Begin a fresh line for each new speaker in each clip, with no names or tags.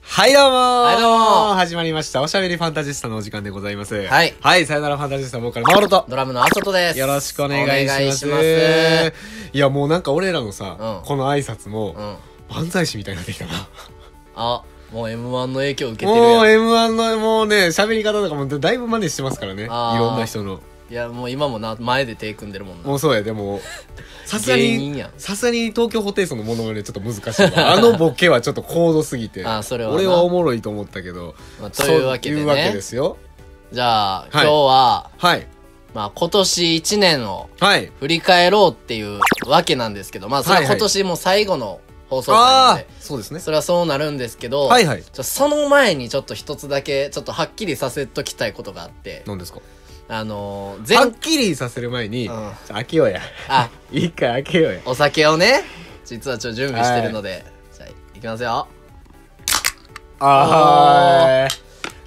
はいどうもー
はいどうも
始まりました。おしゃべりファンタジスタのお時間でございます。
はい
はい、さよならファンタジスタ、僕からマオロと。
ドラムのあそとです。
よろしくお願いします。
お願いし
いや、もうなんか俺らのさ、
うん
この挨拶も、
ますうん。
漫才師みたいになってきたな。
あ、もう M1 の影響受けてる
もう
やん。
M1 のもうね、喋り方とかもだいぶ真似してますからね。い
あー
ろんな人の。
いや、もう今もな、前で手組んでるもんな。
もうそうや、でも、さすが
芸
に
人やん、
さすがに東京ホテイソンのものまねちょっと難しいわ。 あのボケはちょっと高度すぎて。
あーそれはな
俺はおもろいと思ったけど。
まあというわけで
そう
ね
いうわけですよ。
じゃあ、今日は、
はい。
まあ今年1年を
はい。
振り返ろうっていうわけなんですけど、まあそれは今年もう最後の放送会なの
ああ
で、
ー、そうですね。
それはそうなるんですけど、
はいはい
ちょその前にちょっと一つだけ、ちょっとはっきりさせときたいことがあって、
何ですか
あのー、
は
前
っ、きりさせる前に、
う
じ
ん
ゃあ開けようや。
あ、
一回開けようや。
お酒をね、実はちょっと準備してるので、じゃあ、いきますよ。
あー。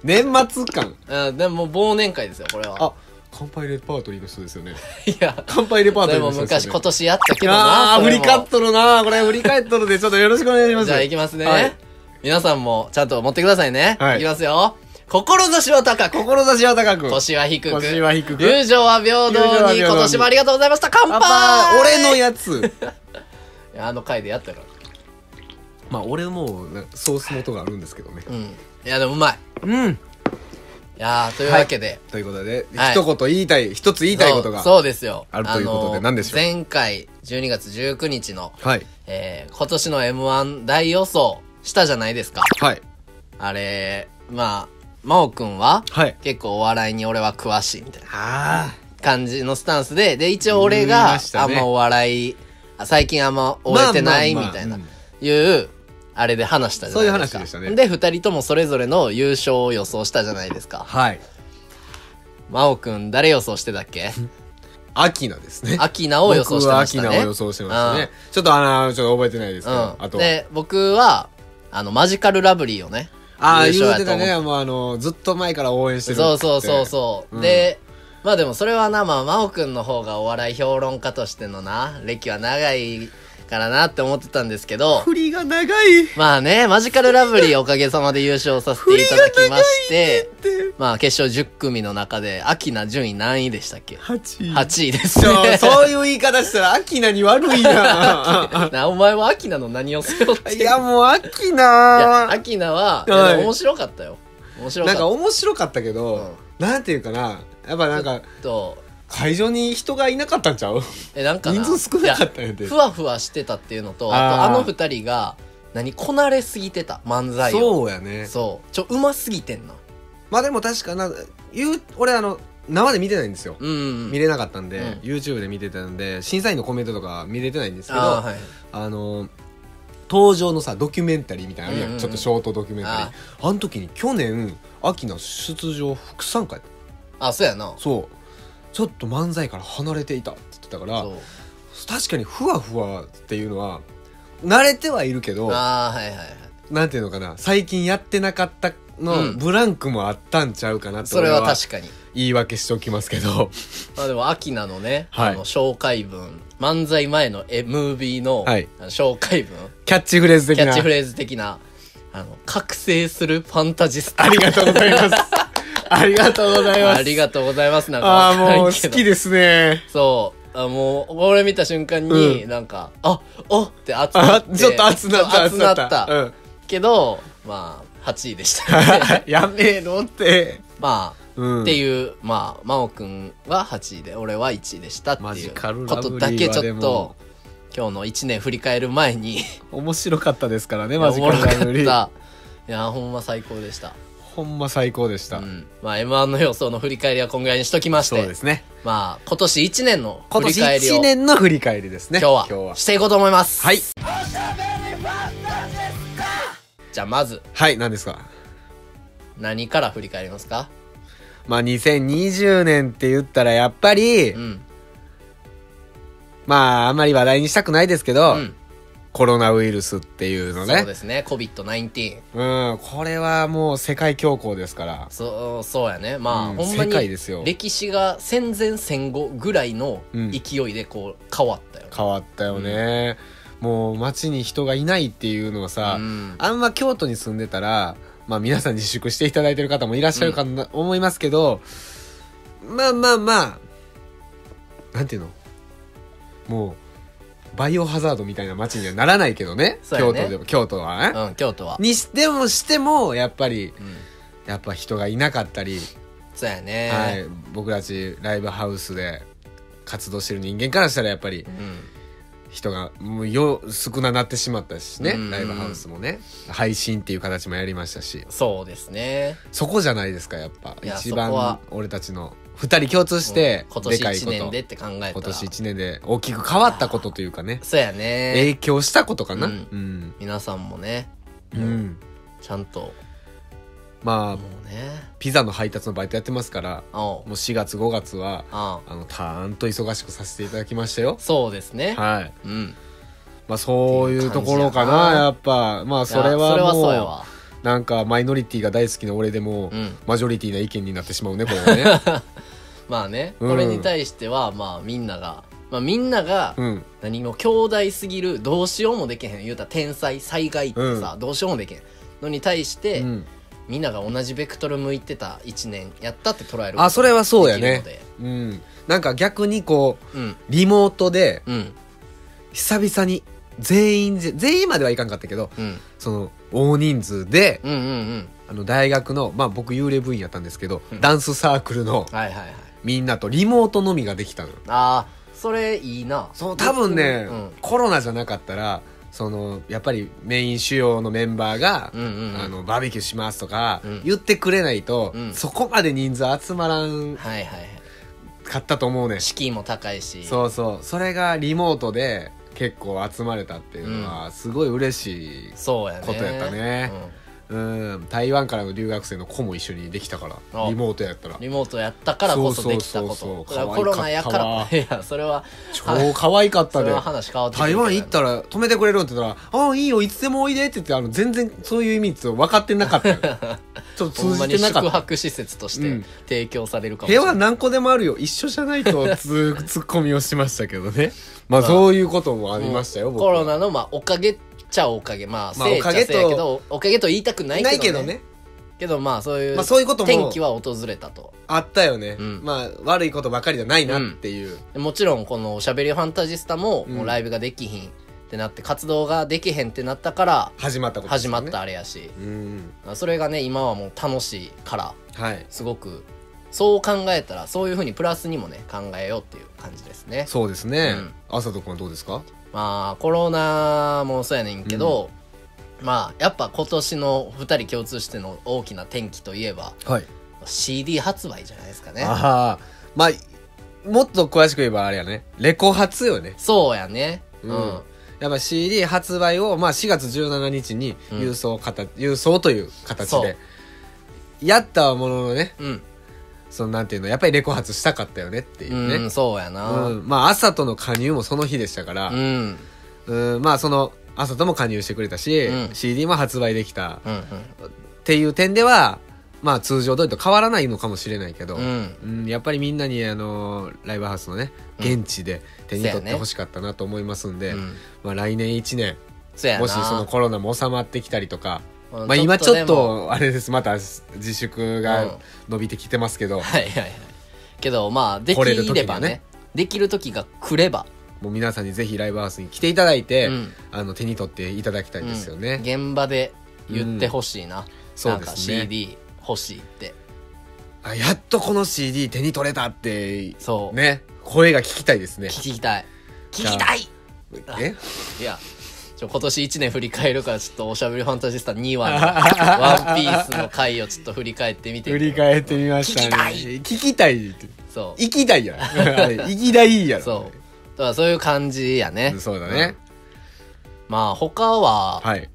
年末感。
うん、でももう忘年会ですよ、これは。
あ、乾杯レパートリーの人ですよね。
いや、
乾杯レパー
そ
トリ
れ
ーの
も
人ですよね。
昔、今年やったけどな。
ああ、
そ
振
れ
り
も
返っとるな。これ振り返っとるで、ちょっとよろしくお願いします。
じゃあ、いきますね、
はい
皆さんもちゃんと持ってくださいね。
はい
い、きますよ。志は高く、
志は高く。
腰は低く、
腰は低く
友情は平
友情は
等に、
平等に
今年もありがとうございました。乾
乾
杯
杯俺のやつ。
いやあの回でやったから。
まあ、俺もう、ソース元があるんですけどね。
うん。いや、でもうまい。
うん。
いやーというわけで。
ということで、
はい
一言言いたい、一つ言いたいことが。
そうそうですよ。
あるということで
あの
何でしょう
前回、12月19日の、
はい。
えー、今年の M1 大予想したじゃないですか。
はい。
あれ、まあ、真央くんは、
はい。
結構お笑いに俺は詳しいみたいな
あ
感じのスタンスで、で、一応俺が
言いまし、た
あ
ね
んまお笑い、あ最近あんま終えてない
まあまあま
み
あ
たいな、
うん
いう、あれで話したじゃないです
そう
か。
いう話でしたね
で、二人ともそれぞれの優勝を予想したじゃないです
あ。
か。
はい。
真央くん、誰予想してたっ け
アキナですね。
アキナを予想してましたね。
僕はアキナを予想してました
う
ね。ちょっとあの、ちょっと覚えてないですけど、
ん。
あとは。
で、僕は、あの、マジカルラブリーをね、
ああ、
優
言
勝
う
や
て
と
た
思って
ね。もうあの、ずっと前から応援してるって。
そうそうそうそう、
うん
でまあでもそれはなまあ真央くんの方がお笑い評論家としてのな歴は長いからなって思ってたんです けど
振りが長いっ
まあねマジカルラブリーおかげさまで優勝させていただきまして
て。
まあ決勝10組の中でアキナ順位何位でしたっけ
8
8位です
そう、
ね
そういう言い方したら、アキナに悪いな
なお前はアキナの何を背負って
いや、もう、アキ
いや
ナ
アキナは、い
はい
やでも面白かったよ面白か
な
っ
んか
た
面白かったけど、なんていうかな、やっぱなんか、
と
会場に人がいなかったんちゃう
えなんかな
人数少なかったんやて。
ふわふわしてたっていうのと、あと
あー
あの二人が、何、こなれすぎてた、漫才を。
そうやね。
そう。ちょ、うますぎてんな。
まあでも確かな、言う、俺あの、生で見てないんですよ。
うんうん。
見れなかったんで、
うん
YouTube で見てたんで審査員のコメントとか見れてないんですけど
あ
あ,、
ーはい。
の登場のさドキュメンタリーみたいなのあるやん、
うんうんうん
ちょっとショートドキュメンタリーあ
あ
の時に去年秋の出場副参加やった
あ、そうやな。
そうちょっと漫才から離れていたって言ってたから
そう。
確かにふわふわっていうのは慣れてはいるけど
ああ、はいはいはい。
なんていうのかな最近やってなかったの、
うん
ブランクもあったんちゃうかなって
それは確かに。
言い訳しておきますけど
まあでも、アキナのね、
はい
あの紹介文、漫才前の MV の、
はい
あの紹介文、
キャッチフレーズ的
キャ
な
ッチフレーズ的な、あの、覚醒するファンタジスタ。
ありがとうございます。ありがとうございます。
ありがとうございます。なんか
あ
わ
あ
からんけど、
もう好きですね。
そう。あもう、俺見た瞬間に、
う
なんか、あ、おって熱くな
あ
っ、て。
ちょっと熱なった、
熱なった。
うん。
けど、まあ、8位でした、ね。
やめえのって。
まあ、
うん
っていう、まあ、真央くんは8位で、俺は1位でしたって
マ
い
ジ
う
カル
こ
ラブリー
と
は
だけち
で
ょっ
も
と、今日の1年振り返る前に、
面白かったですからね、
お
マジ
も
カ
ろ
ル
か
ラ
っ
ブリー。
た。 いや、ほんま最高でした。
ほんま最高でした
う。ん。まあ、M1 の予想の振り返りはこんぐらいにしときまし
そうで
て、
すね。
まあ、今年1年の
今
振り
年
返りを、
1年の振り返りですね。
今日は、していこうと思います。
はい。
じゃあ、まず、
はい、何ですか。
何から振り返りますか
まあ2020年って言ったらやっぱり、
うん。
まああんまり話題にしたくないですけ
う
ど、
ん。
コロナウイルスっていうの
そう
ね。
ですね。COVID-19。
うん、これはもう世界恐慌ですから。
そう、そうやね。まあ、
うん
ほんま
世界ですよ
に、歴史が戦前戦後ぐらいの
うん
勢いでこう、変わったよね。
変わったよね、もう街に人がいないっていうのはさ、
うん
あんま京都に住んでたら、まあ皆さん自粛していただいてる方もいらっしゃるかな、思いますけど、まあまあまあ、なんていうのもう、バイオハザードみたいな街にはならないけどね。
そうや
京
ね
都でも、京都はね。
うん、京都は。
にしてもしても、やっぱり、
うん。
やっぱ人がいなかったり、
そうやね。
はい、僕たちライブハウスで活動してる人間からしたらやっぱり
うん。
人がもうよ少ななってしまったしね、
うん
ライブハウスもね配信っていう形もやりましたし
そうですね。
そこじゃないですかやっぱ
いや
一
そこは
番俺たちの2人共通して
うん今
で
年
かい
1
こ
年
と
でって考えたら。
今年1年で大きく変わったことというかね
そうやね。
影響したことかな
う
うんん、うん
皆さんもね、ちゃんと、
まあ
もうね。
ピザの配達のバイトやってますから
おう
もう4月5月は
あ
あのたーんと忙しくさせていただきましたよ
そうですね。
はい
うん。
まあそういうところか
っていう感じや
な
な
やっぱまあそれ
いやそれ
は
はそうや
も
わ。
うなんかマイノリティが大好きな俺でも
うん
マジョリティな意見になってしまうねこれは ね
まあね、
うん
これに対しては、まあみんなが、まあみんなが、
うん
何も兄弟すぎる、どうしようもできへん。言うたら天才、災害ってさ、どうしようもできへん。のに対して、
うん
みんなが同じベクトル向いてた1年やったって捉えること
あそれはそうや
で
ね
きるので
うんなんか逆にこう
うん
リモートで
うん
久々に全員ぜ全員まではいかんかったけど
うん
その大人数で
うんうんうん
あの大学のまあ僕幽霊部員やったんですけど
うん
ダンスサークルの
はいはいはい
みんなとリモート飲みができたの
ああそれいいな
そう多分ね、
うん
コロナじゃなかったらそのやっぱりメイン主要のメンバーが、
うんうんうん
あのバーベキューしますとか
うん
言ってくれないと、
うん
そこまで人数集まらん
はいはいはい
かったと思うねん
資金も高いし
そうそうそれがリモートで結構集まれたっていうのはすごい嬉しい、
そうやね
ことやったねうん、台湾からの留学生の子も一緒にできたから
あ
リモートやったら
うんリモートやったからこそできたこ
そうそうそう
と
そう
だからコロナやか
可愛かっ
らいやそれは
超可愛かっ
そ
た
れ
で
は話変わってくるけ
台
ど
湾行ったら止めてくれるんって言ったら「ああいいよいつでもおいで」って言ってあの全然そういう意味って分かってなかったよ ちょっと
ほ
通
んま
じ
に
てなか
宿
った
泊施設とし
う
て
ん
提供されるかも
部
しれ
屋
な
はい何個でもあるよ一緒じゃない とつツッコミをしましたけどねまあそういうこともありましたよ、僕
コ
は
ロナのまあおかげっちゃおかげまあ
まあ
せいちゃせいやけ
おかげ
どおかげと言いたくない
ない
け
け
ど
ど
ね
ね
けどまあそういう
まあそういうことも
天気は訪れたと
あったよね、
うん
まあ悪いことばかりじゃないなっていう、
もちろんこの「おしゃべりファンタジスタも」
うん
もうライブができひんってなって活動ができへんってなったから
始まったことです
始
よ
ま
ね
ったあれやし
うん
それがね今はもう楽しいから
はい
すごくそう考えたらそういうふうにプラスにもね考えようっていう感じですね
そうですね
うん、
朝とくんはどうですか
まあコロナもそうやねんけど、まあやっぱ今年の2人共通しての大きな転機といえば
はい
CD 発売じゃないですかね
ああまあもっと詳しく言えばあれやねレコ発よね
そうやね
うん
うん
やっぱ CD 発売を、まあ、4月17日に郵送かた、郵送という形
そう
でやったもののね
うん、
そのなんていうのやっぱりレコ発したかったよねっていう
う
ね
ん、、そうや
うん
な
まあ朝との加入もその日でしたから、
うん、うん
うんまあその朝とも加入してくれたし、
うん
CD も発売できた
うん
っていう点ではまあ通常通りと変わらないのかもしれないけど、
うんうん
うんやっぱりみんなにあのライブハウスのね現地で手に取ってほしかったなと思いますんで、
うん
まあ、来年1年
そうやな
もしそのコロナも収まってきたりとか、
うん
まあ、今ちょっ
でも
とあれですまた自粛
うん
が伸びてきてますけど、
はいはいはいけどまあでき
来れる
れ
時
ば
が
ね
ね
できる時が来れば、
もう皆さんにぜひライブハウスに来ていただいて、
うん
あの手に取っていただきたいですよね、
現場で言ってほしいな、
そ
な
うんで
か
すね
CD 欲しいって
あやっとこの CD 手に取れたって
そう
ね声が聞きたいですね
聞きたい聞
じゃあ
きたい
え
いやちょ今年1年振り返るからちょっと「おしゃべりファンタジスタ」2話の「 ワンピースの回をちょっと振り返ってみて
振り返ってみましたね聞きたいって
そう
行きたいやろ行きたいやろ
そうだからそういう感じやね
そうだね、
まあ他は、
はい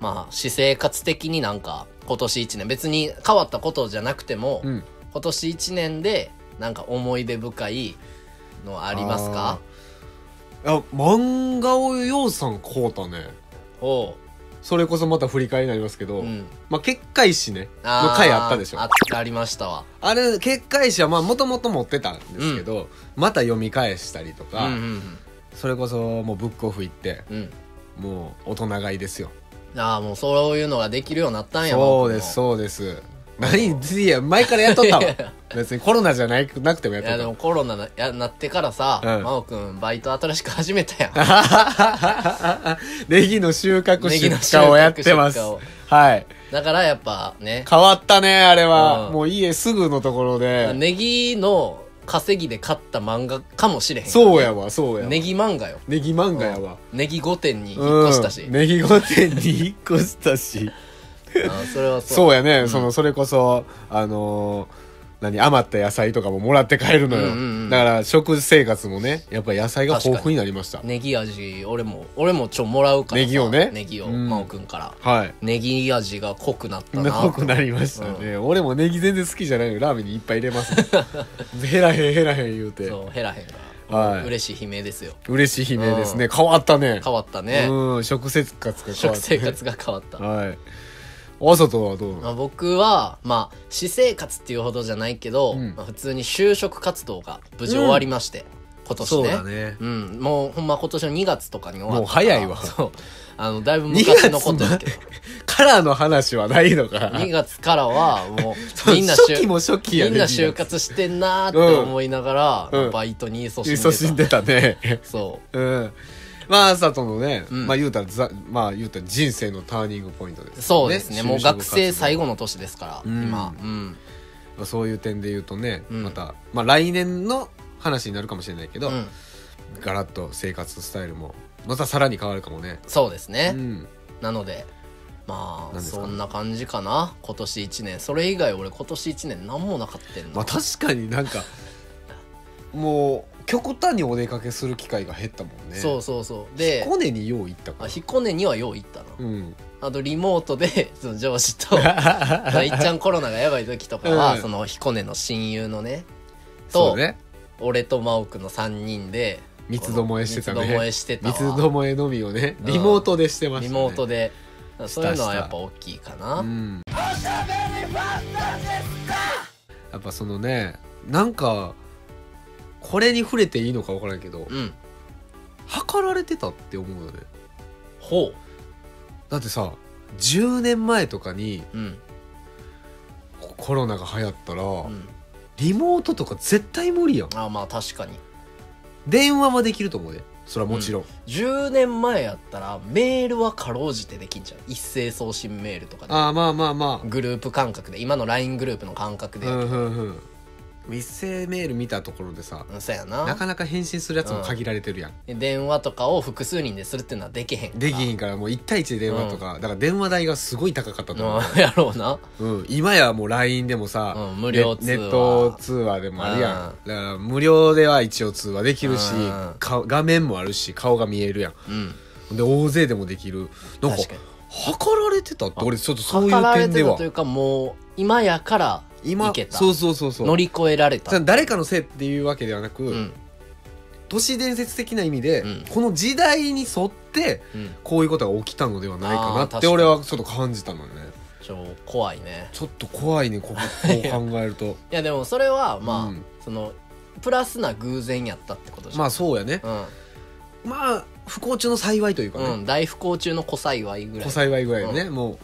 まあ私生活的になんか今年1年別に変わったことじゃなくても、
うん
今年1年でなんか思い出深いのありますか
あ漫画をようさん買うたね
を、
それこそまた振り返りになりますけど、
うん、
まあ、結界誌ね
ー
の回あったでしょ
あ
あ
ありましたわ
れ結界誌はまあもともと持ってたんですけど、また読み返したりと
うん
か、
うん
それこそもうブックオフ行って
うん
もう大人買いですよ
ああもうそういうのができるようになったんや
そうですそうです何いや前からやっとったわ別にコロナじゃないなくてもやっ
い
とっ
や
た
でもコロナなやなってからさ、
うん
真央くんバイト新しく始めたやん
ネギの収穫
ネギ
出
の収穫
荷をやってます
出荷を
はい
だからやっぱね
変わったねあれは、
うん
もう家すぐのところで、
ネギの稼ぎで買った漫画かもしれへんからね
そうやわそうやわ
ネギ漫画よ
ネギ漫画やわ、
ネギ5点に引っ越したし、
うんネギ御殿に引っ越したし
あそれはそう
そう
や
やね、
ん
そのそれこそあのー何余った野菜とかももらって帰るのよ、
うんうんうん
だから食生活もねやっぱ野菜が豊富になりました
ネギ味俺も俺もちょもらうから
ネ
さ
ギをね
ネギを
うん
真央くんから、
はい
ネギ味が濃くなったな
濃くなりましたね、俺もネギ全然好きじゃないのにラーメンにいっぱい入れます、 ね、へらへんへらへん言うて
そう減らへんか
は
ら
い
嬉しい悲鳴ですよ
嬉しい悲鳴ですね、変わったね
変わったね、
うん食生活が変
食
わった
生活が変わった
はいあさとはどうな
ま
の
あ、僕は、まあ、私生活っていうほどじゃないけど、
うん
まあ普通に就職活動が無事終わりまして、今年ね
ね
うん、もうほんま今年の2月とかに終わった
もう早いわ
そうあのだいぶ昔 のこと やけど
カラーの話はないのか
2月からはもう
そう
みんな
初
就
期も初期やね
みんな就活してんなーって思いながら、
うん
バイトに勤しんでた
勤しんでた ね
そ
うんまああさとのね、
うん
まあ言うたらざまあ言うたら人生のターニングポイントです
う
ね
そうですねもう学生最
後
後の年ですから、
うん
今、うん
まあそういう点で言うとね、
うん
また、まあ、来年の話になるかもしれないけど、
うん、
ガラッと生活スタイルもまたさらに変わるかもね
そうですね、
うん、
なのでまあ
何ですか
そんな感じかな今年1年それ以外俺今年1年何もなかったんな、
まあ確かになんかもう極端にお出かけする機会が減ったもんね
そうそうそうで
彦根によう行ったか
あ
ら
彦根にはよう行ったな、
うん
あとリモートで その上 司といっちゃんコロナがやばい時とかは、
うん
その彦根の親友のね
そ
と、
うね
俺と真央くんの3人で
三つどもえしてたね
三つどもえしてたわ
三つどもえのみをね
うん
リモートでしてました
リ
ね
モートで
し
そ
た
ういうのはやっぱ大きいかな、
うんやっぱそのねなんかこれに触れていいのか分からんけど
うん
測られてたって思うよね
ほ
だってさ10年前とかに
ううん
ココロナが流行ったら、
うん
リモートとか絶対無理やん
あまあ確かに
電話はできると思うでそれはもちろん、
10年前やったらメールはかろうじてできんじゃん一斉送信メールとかで
ああまあまあまあ
グループ感覚で今の LINE グループの感覚で、
う
うんん、
うんうん一斉メール見たところでさ
そうや
な
な
かなか返信するやつも限られてるやん、
で電話とかを複数人でするっていうのはできへんから
できひんからもう1対1で電話とか、だから電話代がすごい高かったと思う、
うんやろうな
うん、今やもう LINE でもさ、
うん無料通話
ネネット通話でもあるやん、だから無料では一応通話できるし、
うん
顔画面もあるし顔が見えるやん
うん
で大勢でもできるなんか
確かに
測られてたって俺ちょっとそうい
測
う
られ
点で
てた
は
というかもう今やから
今
いけた
そうそうそうそう
乗り越えられた
さ誰かのせいっていうわけではなく、
うん
都市伝説的な意味で、
うん
この時代に沿って
うん
こういうことが起きたのではないか
あー
なっ
確
て
かに
俺はちょっと感じたのね
ちょ怖いね
ちょっと怖いねこここう考える と
いやでもそれはまあ、
うん
そのプラスな偶然やったってことじゃん
まあそうやね
うん
まあ不幸中の幸いというかね、
うん、大不幸中の小幸いぐらい
小幸いぐらいのね、もう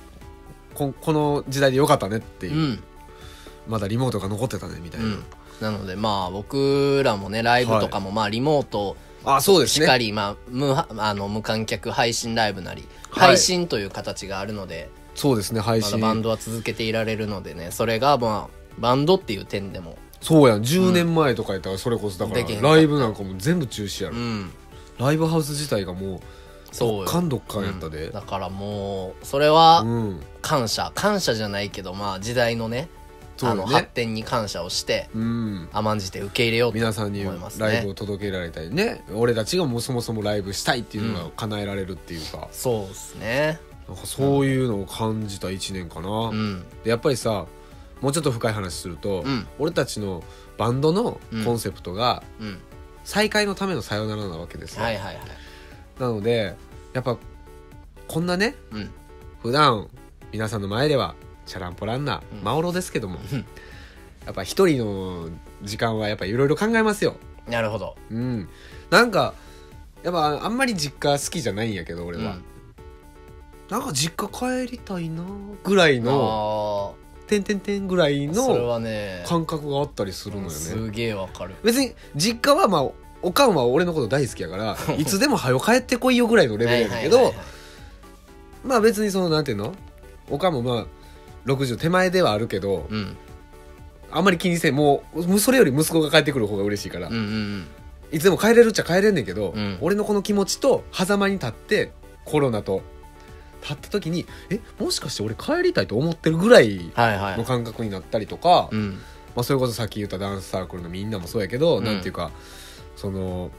ここの時代でよかったねっていう、
うん
まだリモートが残ってたねみたいうな、
んなのでまあ僕らもねライブとかもまあリモート
あそうです
しか
ね
り、まあ、無はあの無観客配信ライブなり
はい
配信という形があるので、
そうですね配
まだ
信、
バンドは続けていられるのでねそれがまあバンドっていう点でも
そうやん10年前とかやったらそれこそだから、
できへんかった
ライブなんかも全部中止や
う
ろ、
ん
ライブハウス自体がもう
そうよ
感度感やったで、
だからもうそれ
う
は
ん
感謝、感謝じゃないけどまあ時代のね
そう
あ
よ
の
ね
発展に感謝をして
うん
甘んじて受け入れようと
皆さんに
思いますね
ライブを届けられたりね俺たちがもうそもそもライブしたいっていうのが叶えられるっていうか,、
そうですね
なんかそういうのを感じた1年かな、
うん
でやっぱりさもうちょっと深い話すると、
うん
俺たちのバンドのコンセプトが
うん
再会のためのさよならなわけですよ、
はいはいはい
なのでやっぱこんなね
うん
普段皆さんの前ではチャランポランな
うん
マオロですけども、
うん
やっぱ一人の時間はやっぱいろいろ考えますよ
なるほど
うんなんかやっぱあんまり実家好きじゃないんやけど俺
うん
は、なんか実家帰りたいなぐらいの
あ
「てんてんてん」ぐらい
ーそれ
の
はね
感覚があったりするのよね
すげえわかる
別に実家はまあおかんは俺のこと大好きやから いつでも「はよ帰ってこいよ」ぐらいのレベルやねんけ
はい
ど
はいはいはい
まあ別にそのなんていうのおかんもまあ60手前ではあるけど
うん
あんまり気にせんもうもうそれより息子が帰ってくる方が嬉しいから、
うんうん
いつでも帰れるっちゃ帰れんねんけど、
うん
俺のこの気持ちと狭間に立ってコロナと立った時にえもしかして俺帰りたいと思ってるぐらい
はいは
の
い
感覚になったりとか、
うん
まあ、それこそさっき言ったダンスサークルのみんなもそうやけど、
うん
なんていうかその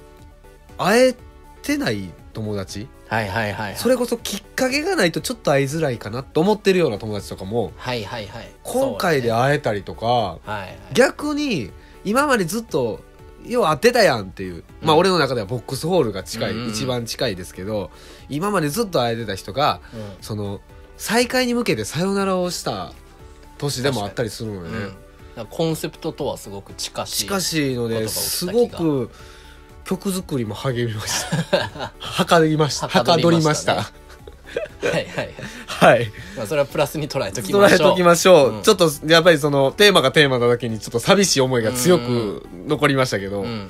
会えてない友達
はいはいはいはい
それこそきっかけがないとちょっと会いづらいかなと思ってるような友達とかも
はいはいはい
今回で
そう
会えたりとか、
ねはいはい
逆に今までずっと要は会ってたやんっていう、まあ
うん
俺の中ではボックスホールが近い、
うんうんうん
一番近いですけど今までずっと会えてた人がその再会に向けてさよならをした年でもあったりするのよ
う
ね
ん、うん、だからコンセプトとはすごく近しい
しかしいの
こと
で
が起
す
きた
ご
気が
く曲作りも励みました はかどりましたは
は
か
か
ど
ど
り
り
ま
ま
し
したたねはいはいはい
はい
まあそれはプラスに捉えときま
捉え
しょう
ときましょう、
うん
ちょっとやっぱりそのテーマがテーマなだけにちょっと寂しい思いが強く残りましたけど、
うん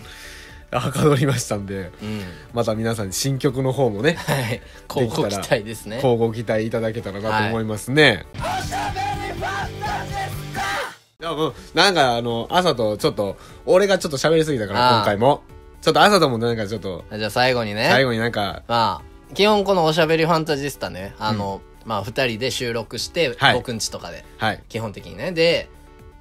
はかどりましたんで
うん
また皆さんに新曲の方もね
はい
で
交
きたら
互期待ですね
交互期待いただけたらなと思いますね。いやもうなんかあの朝とちょっと俺がちょっと喋りすぎたから
ああ
今回もちょっと朝ともなんかちょっと
じゃあ最後にね
最後になんか
まあ基本このおしゃべりファンタジスタねあの、まあ2人で収録して、
はい
僕んちとかで
はい
基本的にねで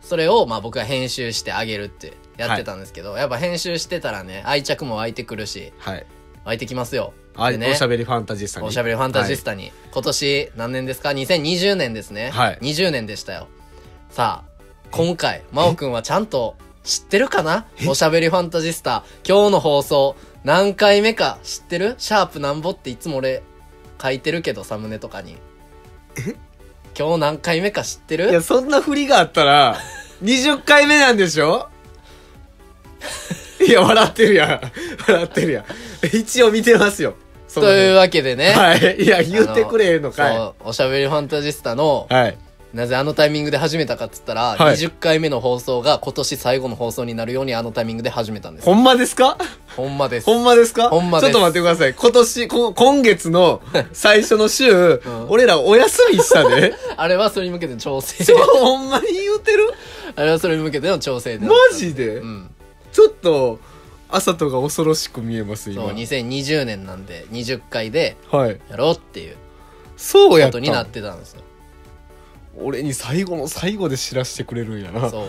それをまあ僕が編集してあげるってやってたんですけど、やっぱ編集してたらね愛着も湧いてくるし
はい、
湧いてきますよ
あ
でね
おしゃべりファンタジスタに
おしゃべりファンタジスタに、今年何年ですか2020年ですね、
はい
20年でしたよさあ今回真央くんはちゃんと知ってるかなおしゃべりファンタジスタ今日の放送何回目か知ってるシャープなんぼっていつも俺書いてるけどサムネとかに今日何回目か知って
はいいや
る
そんな振りがあった ら20回目なんでしょいや笑ってるやん笑ってるやん一応見てますよそ
と
の
いうわけでね、
はいいや言ってくれへんのかい
そうおしゃべりファンタジスタの
はい
なぜあのタイミングで始めたかっつったら、
はい
20回目の放送が今年最後の放送になるようにあのタイミングで始めたんです
ほんまですか
ほんまです。
ほんまですか
ほんまです
ちょっと待ってください。今年、こ今月 の最初の週、
ん
俺らお休みしたで。
あれは それに向けての調整。
そう、ほんまに言うてる
あれはそれに向けての調整で。
マジで、
うん。
ちょっと、朝とが恐ろしく見えます、今。
そう、2020年なんで、20回で
はい。
やろうっていう
そうや
こ
った
とになってたんですよ。
俺に最後の最後で知らせてくれるんやな。
そう。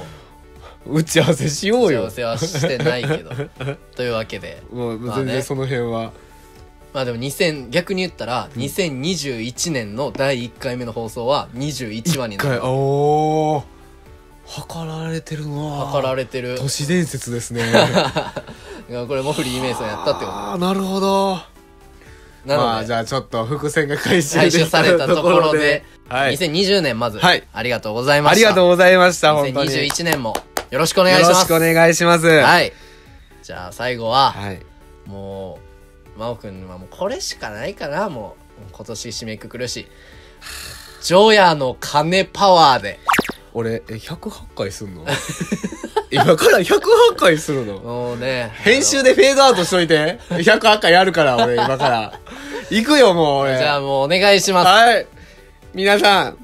打ち合わせしようよ
調。整はしてないけど。 というわけで。
もう
まあ
全
ね
然その辺は。
まあでも2000、逆に言ったら、2021年の第1回目の放送は21話に
一
な
回、
る。
おー。計られてるな
測られてる。
都市伝説です ね。
これもフリーメイソンやったってこ
ああ、なるほど。
と。なので、
まあじゃあちょっと伏線が回収
採
で
取
き
されたところで、
はい、
2020年まず、
はい
ありがとうございま
あ
し
り
た。
がとうございました本当によ
2021年もよろしくお願いし
ろ
ま
し
す。
くお願いしますはい、
はい。じゃあ最後は、
はい、
もう、真央くんはもうこれしかないかな、もう。今年締めくくるし。ジョヤの金パワーで。
俺え108回すんの 今から108回するの
もうね。
編集でフェードアウトしといて108回やるから俺今から行くよもう
あ
俺
のじゃあもうお願いします。
はい皆さん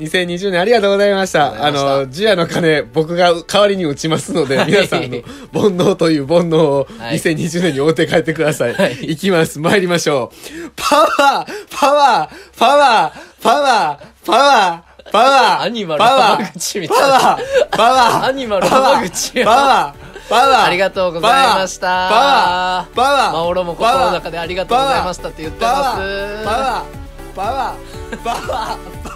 2020年ありがとうございました。
あ
あ
りがとうございました
の、ジュアの鐘、僕が代わりに打ちますので、
はい
皆さんあの、煩悩という煩悩を
はい
2020年に追って帰ってください。
はいい、
行きます。参りましょう。パワーパワーパワーパワーパワーパワー
アニマル
パワ
浜
ー
口みたい
パ
な
ワーパワー
アニマル
パワー
浜口や
パワーパワー
ありがとうございました
パワーパワー
マオロも心の中でありがとうございましたって言ってます。
パワーパワーパワーパワー